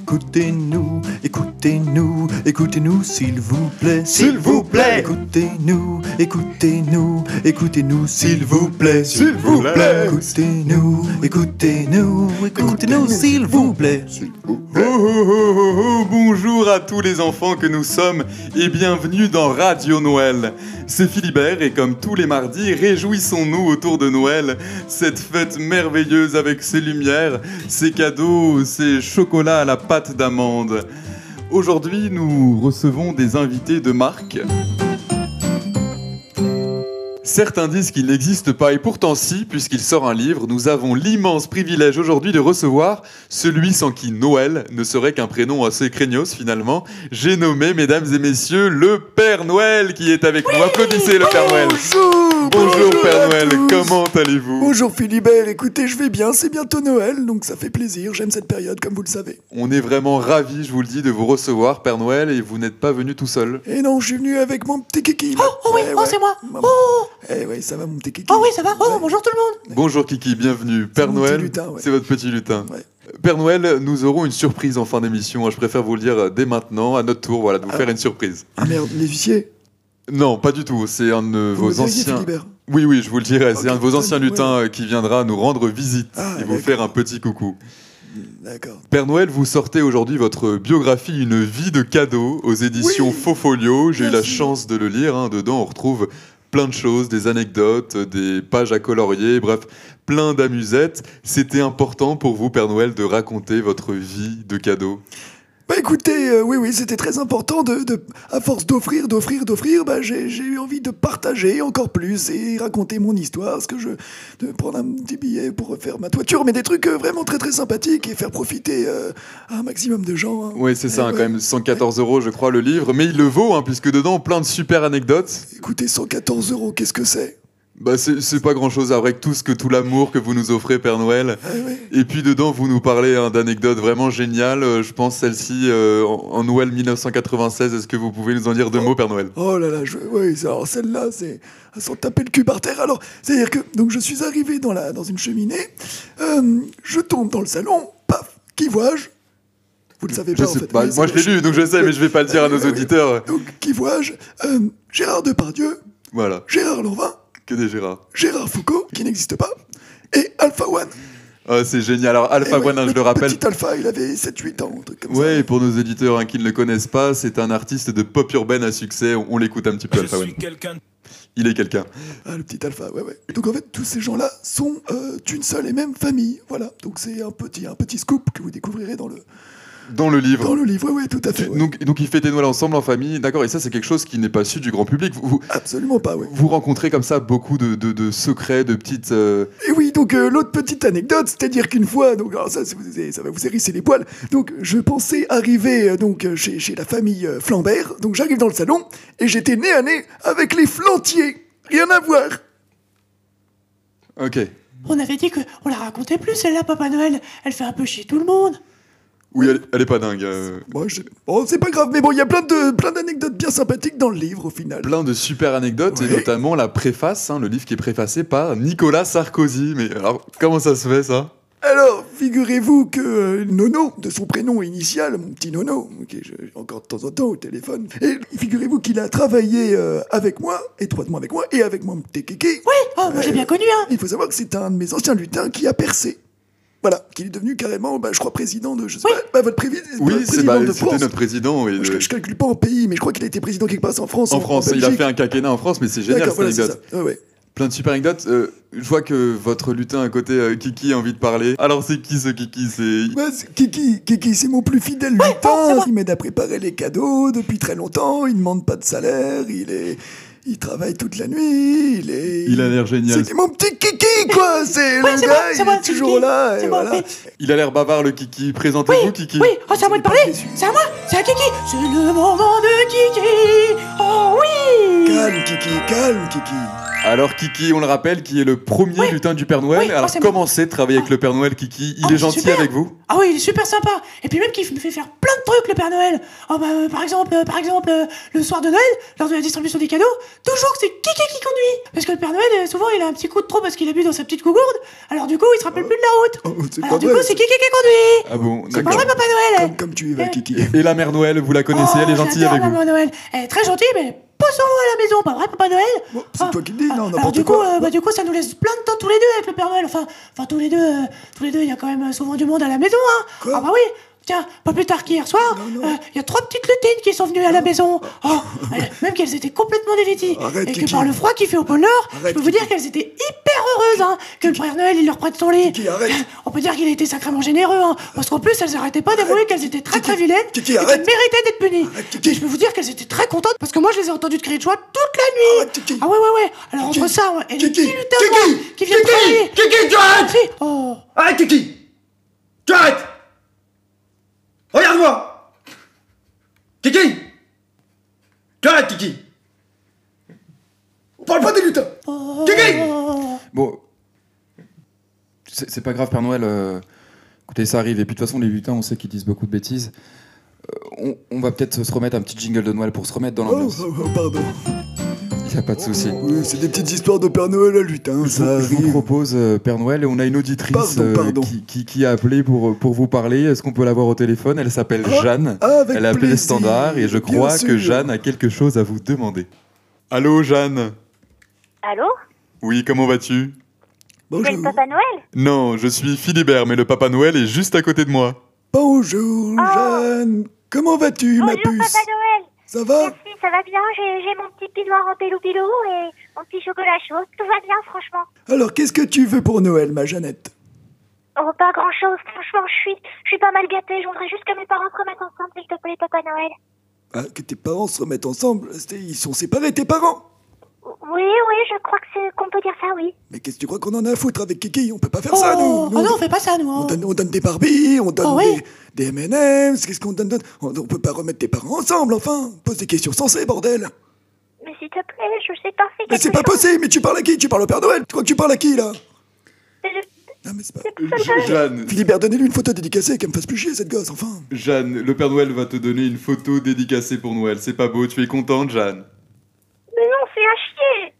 Écoutez-nous, écoutez-nous, écoutez-nous s'il vous plaît. S'il vous plaît. Écoutez-nous, écoutez-nous, écoutez-nous s'il vous plaît. S'il vous plaît. Écoutez-nous, écoutez-nous, écoutez-nous s'il vous plaît. Oh, oh, oh, oh, oh, bonjour à tous les enfants que nous sommes et bienvenue dans Radio Noël. C'est Philibert et comme tous les mardis, réjouissons-nous autour de Noël, cette fête merveilleuse avec ses lumières, ses cadeaux, ses chocolats à la pâte d'amande. Aujourd'hui, nous recevons des invités de marque. Certains disent qu'il n'existe pas, et pourtant si, puisqu'il sort un livre, nous avons l'immense privilège aujourd'hui de recevoir celui sans qui Noël ne serait qu'un prénom assez craignos finalement. J'ai nommé, mesdames et messieurs, le Père Noël qui est avec nous. Applaudissez le Père Noël. Bonjour Bonjour à Père Noël, tous. comment allez-vous Bonjour Philibert, écoutez, je vais bien, c'est bientôt Noël, donc ça fait plaisir, j'aime cette période comme vous le savez. On est vraiment ravis, je vous le dis, de vous recevoir, Père Noël, et vous n'êtes pas venu tout seul. Et non, je suis venu avec mon petit kiki. Oh, oh oui, Eh oh, ouais. c'est moi. Maman. Oh, Eh ouais, ça va mon petit kiki. oh oui, ça va. Oh, Ouais. bonjour tout le monde. Bonjour Kiki, bienvenue. Père mon Noël, petit lutin, ouais. c'est votre petit lutin. Ouais. Père Noël, nous aurons une surprise en fin d'émission. hein. Je préfère vous le dire euh, dès maintenant, à notre tour, voilà, de vous faire une surprise. Ah merde, les huissiers. Non, pas du tout. C'est un de Vous vos me disiez, anciens. Philibert. Oui, oui, je vous le dirai. C'est Ok, un de vos très anciens bien, lutins euh, qui viendra nous rendre visite Ah, et vous d'accord. faire un petit coucou. D'accord. Père Noël, vous sortez aujourd'hui votre biographie Une vie de cadeaux aux éditions Oui. Faux Folio. J'ai eu la Merci. chance de le lire. hein. Dedans, on retrouve plein de choses, des anecdotes, des pages à colorier, bref, plein d'amusettes. C'était important pour vous, Père Noël, de raconter votre vie de cadeaux. Bah écoutez, euh, oui, oui, c'était très important de, de- à force d'offrir, d'offrir, d'offrir, bah j'ai j'ai eu envie de partager encore plus et raconter mon histoire, ce que je, de prendre un petit billet pour refaire ma toiture, mais des trucs euh, vraiment très très sympathiques et faire profiter euh, un maximum de gens. hein. Oui, c'est ça, Eh hein, ouais. quand même 114 euros, je crois, le livre. Mais il le vaut, hein, puisque dedans, plein de super anecdotes. Écoutez, 114 euros, qu'est-ce que c'est Bah, c'est c'est pas grand-chose avec tout ce que tout l'amour que vous nous offrez, Père Noël. Ah ouais. Et puis dedans, vous nous parlez hein, d'anecdotes vraiment géniales. Euh, je pense celle-ci euh, en, en Noël 1996. Est-ce que vous pouvez nous en dire deux mots, Père Noël Oh là là, je, oui, c'est- alors celle-là, c'est à s'en taper le cul par terre. Alors, c'est-à-dire que donc je suis arrivé dans, la, dans une cheminée, euh, je tombe dans le salon, paf, qui vois-je Vous le savez Je pas Eh ben, en sais fait. pas. Oui, c'est Moi, vrai, je l'ai lu, donc je sais, mais je vais pas le dire à nos Oui, oui. auditeurs. Donc, qui vois-je Euh, Gérard Depardieu, Voilà, Gérard Lanvin, que des Gérards. Gérard Foucault, qui n'existe pas, et Alpha One. Ah, c'est génial. Alors, Alpha Eh ouais, One, hein, je le rappelle. Petit Alpha, il avait 7-8 ans, un truc comme Ouais, et pour nos auditeurs hein, qui ne le connaissent pas, c'est un artiste de pop urbaine à succès. On, on l'écoute un petit peu, Alpha One. quelqu'un Il est quelqu'un. ça. Ah, le petit Alpha, ouais, ouais. Donc, en fait, tous ces gens-là sont euh, d'une seule et même famille. Voilà. Donc, c'est un petit, un petit scoop que vous découvrirez dans le, Dans le livre. dans le livre. Ouais, ouais, tout à fait. ouais. Donc, donc, ils fêtent Noël ensemble en famille, d'accord, et ça, c'est quelque chose qui n'est pas su du grand public. Vous, vous- Absolument pas, ouais. vous rencontrez comme ça beaucoup de, de- de secrets, de petites. euh, Et oui, donc euh, l'autre petite anecdote, c'est-à-dire qu'une fois, donc alors ça, ça vous- ça va vous hérisser les poils. Donc je pensais arriver euh, donc euh, chez, chez la famille euh, Flambert. Donc j'arrive dans le salon et j'étais nez à nez avec les Flantiers. Rien à voir. Ok. On avait dit que on la racontait plus celle-là, Papa Noël. Elle fait un peu chier tout le monde. Oui, elle, elle est pas dingue. euh, Moi, je... bon, c'est pas grave, mais bon, il y a plein de plein d'anecdotes bien sympathiques dans le livre au final. plein de super anecdotes et Ouais. notamment la préface, hein, le livre qui est préfacé par Nicolas Sarkozy. Mais alors, comment ça se fait Bah, ça Alors, figurez-vous que euh, Nono, de son prénom initial, mon petit Nono, qui est je- encore de temps en temps au téléphone, et figurez-vous qu'il a travaillé euh, avec moi, étroitement avec moi, et avec mon petit Kiki. Oui, oh, moi j'ai bien connu, hein. Il faut savoir que c'est un de mes anciens lutins qui a percé. Voilà, qu'il est devenu carrément, bah, je crois, président de. Je sais Oui. pas, bah, votre prévi- Oui, votre c'est- président bah, de c'était France. notre président. et Je, le- je calcule pas en pays, mais je crois qu'il a été président quelque part, c'est en France. en France, il a Belgique. fait un quinquennat en France, mais c'est génial D'accord, cette voilà, c'est anecdote. ça. Ouais, ouais. Plein de super anecdotes. Euh, je vois que votre lutin à côté, euh, Kiki, a envie de parler. Alors, c'est qui ce Kiki C'est Bah, c'est- Kiki, Kiki, c'est mon plus fidèle oh, c'est lutin. moi. il m'aide à préparer les cadeaux depuis très longtemps. Il ne demande pas de salaire. Il est, il travaille toute la nuit. Il est. Il a l'air génial. C'est mon petit Kiki, quoi. C'est Ouais, le c'est gars. moi, c'est il moi, est c'est toujours Kiki. là. Et C'est moi, voilà. oui. Il a l'air bavard, le Kiki. Présentez-vous, Kiki. Oui, oh, c'est à moi de parler. C'est à moi, c'est à Kiki. C'est le moment de Kiki. Oh oui. Calme, Kiki. Calme, Kiki. Alors, Kiki, on le rappelle, qui est le premier lutin du Père Noël. Oui, oh, Alors, c'est moi. commencez de travailler avec le Père Noël, Kiki. Il Oh, est c'est gentil super. avec vous. Ah oui, il est super sympa. Et puis même qu'il me fait faire plein de trucs, le Père Noël. Oh, bah, euh, par exemple, euh, par exemple, euh, le soir de Noël, lors de la distribution des cadeaux, toujours c'est Kiki qui conduit. Parce que le Père Noël, euh, souvent, il a un petit coup de trop parce qu'il a bu dans sa petite cougourde. Alors du coup, il se rappelle plus de la route. Oh, c'est Alors pas Ah, du vrai, coup, c'est Kiki qui conduit. Ah bon, C'est pas d'accord. vrai, Papa Noël. Comme, comme tu y vas, Eh. Kiki. Et la mère Noël, vous la connaissez, Oh, elle est gentille j'adore avec la vous. Maman Noël. Elle est très gentille, mais poussons à la maison, pas vrai, Papa Noël Bon, c'est toi qui le dis, Eh, non, n'importe alors, du quoi. Coup, euh, bah, du coup, ça nous laisse plein de temps tous les deux avec le Père Noël. Enfin, enfin tous les deux, euh, tous les deux, il y a quand même euh, souvent du monde à la maison, hein. Quoi ah bah oui. Tiens, pas plus tard qu'hier soir, euh, il non. y a trois petites lutines qui sont venues à la maison. Oh, elles- même qu'elles étaient complètement dévêties. Arrête, Et que Kiki. par le froid qu'il fait au pôle Nord, je Arrête, peux vous dire Kiki. qu'elles étaient hyper heureuses, hein, que le Père Noël, il leur prête son lit. Kiki, arrête. On peut dire qu'il a été sacrément généreux, hein, parce qu'en plus, elles n'arrêtaient pas d'avouer qu'elles étaient très Kiki. très vilaines. Kiki, et qu'elles arrête. méritaient d'être punies. Arrête, Kiki. Mais je peux vous dire qu'elles étaient très contentes parce que moi je les ai entendues de crier de joie toute la nuit. Arrête, Kiki. Ah ouais ouais ouais. Alors Kiki. entre ça ouais, et les Kiki. petits lutins noirs Kiki. qui viennent Kiki. travailler. Kiki, tu arrêtes Si. Oh. Arrête, Kiki Tu arrêtes Regarde-moi Kiki Tu arrêtes, Kiki On parle pas des lutins Kiki Oh, Bon. C'est c'est pas grave, Père Noël. euh, Écoutez, ça arrive. Et puis de toute façon, les lutins, on sait qu'ils disent beaucoup de bêtises. Euh, on, on va peut-être se remettre un petit jingle de Noël pour se remettre dans Oh, l'ambiance. oh, oh, pardon. Il a pas de souci. Oui, c'est des petites histoires de Père Noël à lutin, Je ça vous, je vous arrive. propose, euh, Père Noël, et on a une auditrice Pardon, euh, pardon. Qui, qui- qui a appelé pour, euh, pour vous parler. Est-ce qu'on peut l'avoir au téléphone Elle s'appelle Ah, Jeanne. Avec Elle a appelé le plaisir, standard et je bien crois sûr. que Jeanne a quelque chose à vous demander. Allô, Jeanne Allô Oui, comment vas-tu C'est Bonjour. le Papa Noël Non, je suis Philibert, mais le Papa Noël est juste à côté de moi. Bonjour, Oh. Ah. Jeanne. Comment vas-tu, ma Bonjour puce Papa Noël Ça va Merci, ça va bien, j'ai j'ai mon petit pinoir en pilou pilou et mon petit chocolat chaud, tout va bien franchement. Alors, qu'est-ce que tu veux pour Noël, ma Jeannette Oh pas grand chose, franchement je suis je suis pas mal gâtée, je voudrais juste que mes parents se remettent ensemble s'il te plaît Papa Noël. Ah, Que tes parents se remettent ensemble C'était- Ils sont séparés, tes parents Oui oui, je crois que c'est qu'on peut dire ça oui. Mais qu'est-ce que tu crois qu'on en a à foutre avec Kiki On peut pas faire Oh. ça, nous, Oh Nous, non, on fait pas ça nous. on donne, on donne des Barbies, on donne Oh, oui. des, des M&M's, qu'est-ce qu'on donne d'autre on, on peut pas remettre tes parents ensemble, enfin Pose des questions sensées, bordel Mais s'il te plaît, je sais pas faire Mais quelque c'est pas chose. possible, mais tu parles à qui Tu parles au Père Noël Tu crois que tu parles à qui, là Non, mais c'est pas... Jeanne, Philibert, donnez-lui une photo dédicacée qu'elle me fasse plus chier, cette gosse, enfin Jeanne, le Père Noël va te donner une photo dédicacée pour Noël. C'est pas beau, tu es contente, Jeanne Mais non, c'est à chier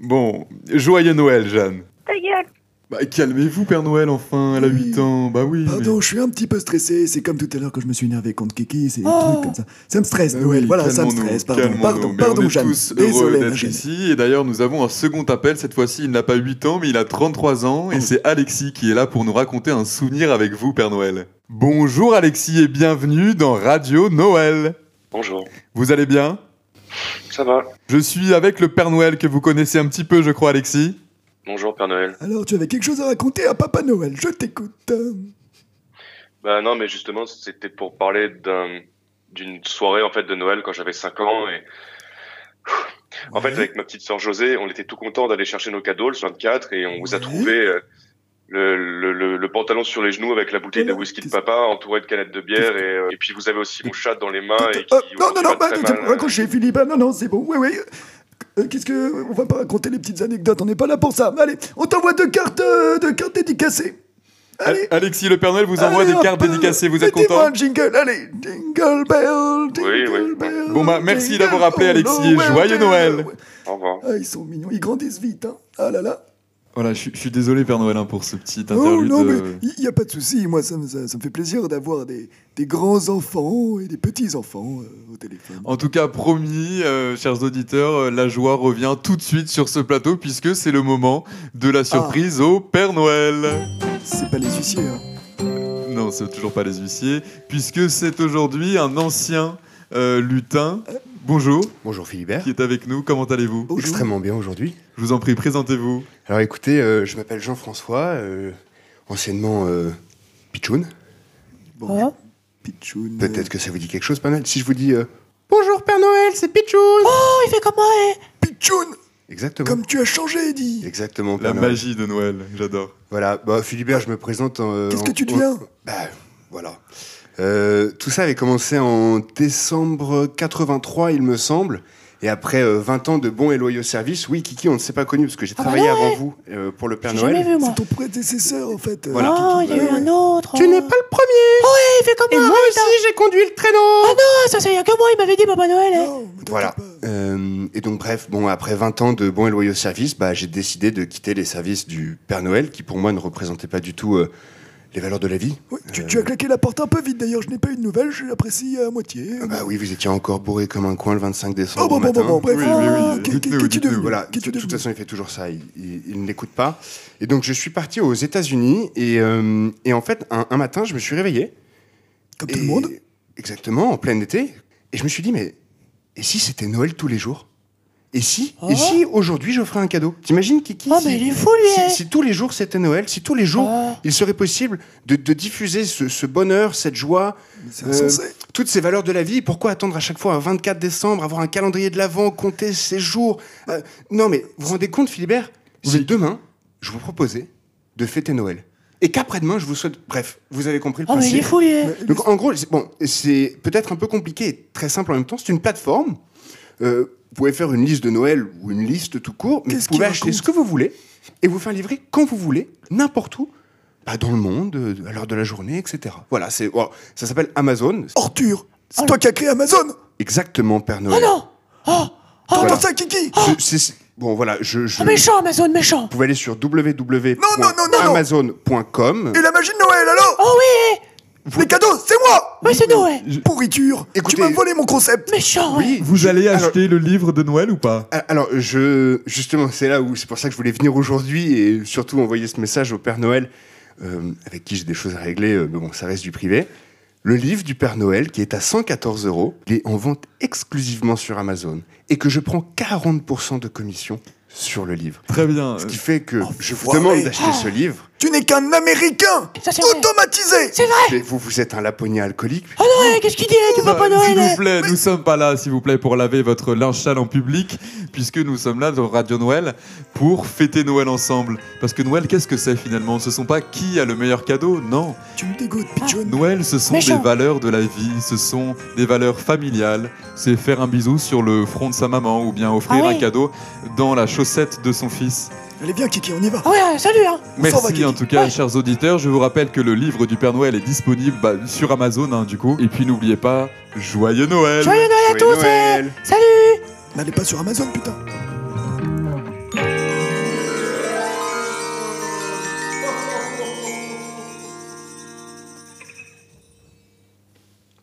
Bon, joyeux Noël, Jeanne. Ta gueule Bah, calmez-vous, Père Noël, enfin, elle a 8 ans. Bah oui. mais- Pardon, je suis un petit peu stressé, c'est comme tout à l'heure que je me suis énervé contre Kiki, c'est des Oh. trucs comme ça. Ça me stresse, Bah Noël, oui, voilà, ça me calmons-nous, stresse, pardon, calmons-nous. pardon, Mais on pardon, est Jeanne. tous heureux Désolé, ma d'être Jeanne. ici. Et d'ailleurs, nous avons un second appel. Cette fois-ci, il n'a pas 8 ans, mais il a 33 ans. Et Oh. c'est Alexis qui est là pour nous raconter un souvenir avec vous, Père Noël. Bonjour Alexis et bienvenue dans Radio Noël. Bonjour, Vous allez bien ça va Je suis avec le Père Noël que vous connaissez un petit peu, je crois, Alexis. Bonjour Père Noël. Alors, tu avais quelque chose à raconter à Papa Noël, je t'écoute. Bah non, mais justement, c'était pour parler d'un d'une soirée en fait de Noël quand j'avais 5 ans et en fait avec ma petite sœur José, on était tout content d'aller chercher nos cadeaux le 24 et on vous a Ouais. trouvé euh, le, le, le, le pantalon sur les genoux avec la bouteille de Voilà, whisky de qu'est-ce- papa entourée de canettes de bière et, euh, et puis vous avez aussi mon chat dans les mains et qui Euh, non, non, aujourd'hui non, va bah, très tu- mal, euh, raccrochez, Philippe, ah, non, non, c'est bon, ouais, ouais. Euh, Qu'est-ce que... On va pas raconter les petites anecdotes, on n'est pas là pour ça. Allez, on t'envoie deux cartes, euh, deux cartes dédicacées. Allez. Al- Alexis, le Père Noël vous envoie Allez, des hop, cartes euh, dédicacées. Vous êtes mettez-moi content un jingle, allez Jingle bell, jingle Oui, oui. bell, Bon, bah, merci jingle d'avoir appelé, all Alexis, the et way, joyeux jingle. Noël. Au revoir. Ah, ils sont mignons, ils grandissent vite, hein Ah là là Voilà, je, suis- je suis désolé, Père Noël, hein, pour ce petit Oh interlude. non, mais euh, il n'y a pas de souci, moi, ça, me- ça- ça me fait plaisir d'avoir des, des grands-enfants et des petits-enfants euh, au téléphone. En tout cas, promis, euh, chers auditeurs, euh, la joie revient tout de suite sur ce plateau puisque c'est le moment de la surprise au Père Noël. C'est pas les huissiers, hein Non, c'est toujours pas les huissiers, puisque c'est aujourd'hui un ancien euh, lutin. Bonjour, Bonjour Philibert. qui est avec nous. Comment allez-vous Bonjour. Extrêmement bien aujourd'hui. Je vous en prie, présentez-vous. Alors écoutez, euh, je m'appelle Jean-François, euh, anciennement euh, Pichoun. Bon, Ah. Oh. Pichoun, euh, Peut-être que ça vous dit quelque chose, pas mal. Si je vous dis euh, Oh, il fait comme moi. eh. Pichoun exactement. Comme tu as changé, dit Exactement. La Père Noël. magie de Noël, j'adore. Voilà. Bah, Philibert, je me présente. en, euh, Qu'est-ce que en- tu en- deviens Bah, voilà. Euh, tout ça avait commencé en décembre 83, il me semble. Et après euh, 20 ans de bons et loyaux services, oui, Kiki, on ne s'est pas connu parce que j'ai Ah bah travaillé non, avant ouais. vous euh, pour le Père J'ai jamais Noël. vu moi. C'est ton prédécesseur, en fait. euh, Voilà. Ah. Oh, il y a eu Ouais, ouais. un autre. Tu n'es pas le premier. Oui, il fait comme moi. Moi aussi, j'ai j'ai conduit le traîneau Ah, ça, ça y a que moi, il m'avait dit Papa Noël. hein. Non, mais Voilà. t'inquiète Euh, et donc, bref, bon, après 20 ans de bons et loyaux services, bah, j'ai décidé de quitter les services du Père Noël, qui pour moi ne représentait pas du tout euh, les valeurs de la vie. pas. Ouais, tu, Euh. tu as claqué la porte un peu vite d'ailleurs, je n'ai pas eu de nouvelles, je l'apprécie à moitié. Ah Bah oui, vous étiez encore bourré comme un coin le 25 décembre. Oh bon, au bon, bon, matin. Euh, bon, bref. Oui, oui, Ah, oui, qu'est- dites-nous, qu'est- Qu'es-tu dites-nous, devenu Voilà, Qu'es-tu de toute devenu façon, il fait toujours ça, il, il- il ne l'écoute pas. Et donc, je suis parti aux États-Unis, et, euh, et en fait, un, un matin, je me suis réveillé. Comme tout Et- le monde. Exactement, en plein été. Et je me suis dit, mais et si c'était Noël tous les jours Et si Oh. Et si aujourd'hui j'offrais un cadeau T'imagines Kiki Oh, si, mais il est fou, lui, si- hein. si, tous les jours c'était Noël, si tous les jours Oh. il serait possible de, de diffuser ce, ce bonheur, cette joie, C'est euh, insensé. toutes ces valeurs de la vie, pourquoi attendre à chaque fois un 24 décembre, avoir un calendrier de l'Avent, compter ses jours Euh, Non mais vous vous rendez compte Philibert Si demain je vous proposais de fêter Noël et qu'après-demain je vous souhaite... Bref, vous avez compris le Oh, mais principe. il est fou, lui. hein. Donc en gros, c'est- bon, c'est peut-être un peu compliqué et très simple en même temps. C'est une plateforme. Euh, vous pouvez faire une liste de Noël ou une liste tout court, mais vous Qu'est-ce qu'il pouvez acheter raconte ce que vous voulez et vous faire livrer quand vous voulez, n'importe où, bah, dans le monde, euh, à l'heure de la journée, etc. Voilà, c'est voilà, ça s'appelle Amazon. Arthur, c'est Oh, toi qui as créé Amazon Exactement, Père Oh Noël. non Oh, oh Voilà. T'entends ça, Kiki C'est- c'est- bon, voilà, je, je- Oh, méchant, Amazon, méchant vous pouvez aller sur www.amazon.com. Oh, Et la magie de Noël, alors Oh oui Les cadeaux, c'est moi Oui, c'est Noël Pourriture Écoutez- Tu m'as volé mon concept Méchant ouais. Oui, Vous je- allez alors- acheter le livre de Noël ou pas Ah, Alors, je, justement, c'est là où c'est pour ça que je voulais venir aujourd'hui et surtout envoyer ce message au Père Noël, euh, avec qui j'ai des choses à régler, euh, mais bon, ça reste du privé. Le livre du Père Noël, qui est à 114 euros, il est en vente exclusivement sur Amazon et que je prends 40% de commission sur le livre. Très bien. Ce qui fait que je vous enfoiré. demande d'acheter ce livre, Tu n'es qu'un Américain Ça, c'est vrai. Automatisé C'est vrai mais vous, vous êtes un laponien alcoolique. Oh non, eh, qu'est-ce qu'il dit eh, du Papa Euh, S'il Noël vous eh plaît, nous sommes pas là, s'il vous plaît, pour laver votre linge sale en public, puisque nous sommes là dans Radio Noël pour fêter Noël ensemble. Parce que Noël, qu'est-ce que c'est finalement Ce sont pas qui a le meilleur cadeau, non. Tu me dégoûtes, Ah. Pigeon. Noël, ce sont Méchant. des valeurs de la vie, ce sont des valeurs familiales. C'est faire un bisou sur le front de sa maman ou bien offrir Ah oui. un cadeau dans la chaussette de son fils. Allez, viens, Kiki, on y va Ah ouais, salut On hein s'en va, Merci Kiki. en tout cas, Ouais. chers auditeurs. Je vous rappelle que le livre du Père Noël est disponible bah, sur Amazon, hein, du coup. Et puis n'oubliez pas, joyeux Noël Joyeux Noël à Joyeux tous eh. Noël Salut N'allez pas sur Amazon, putain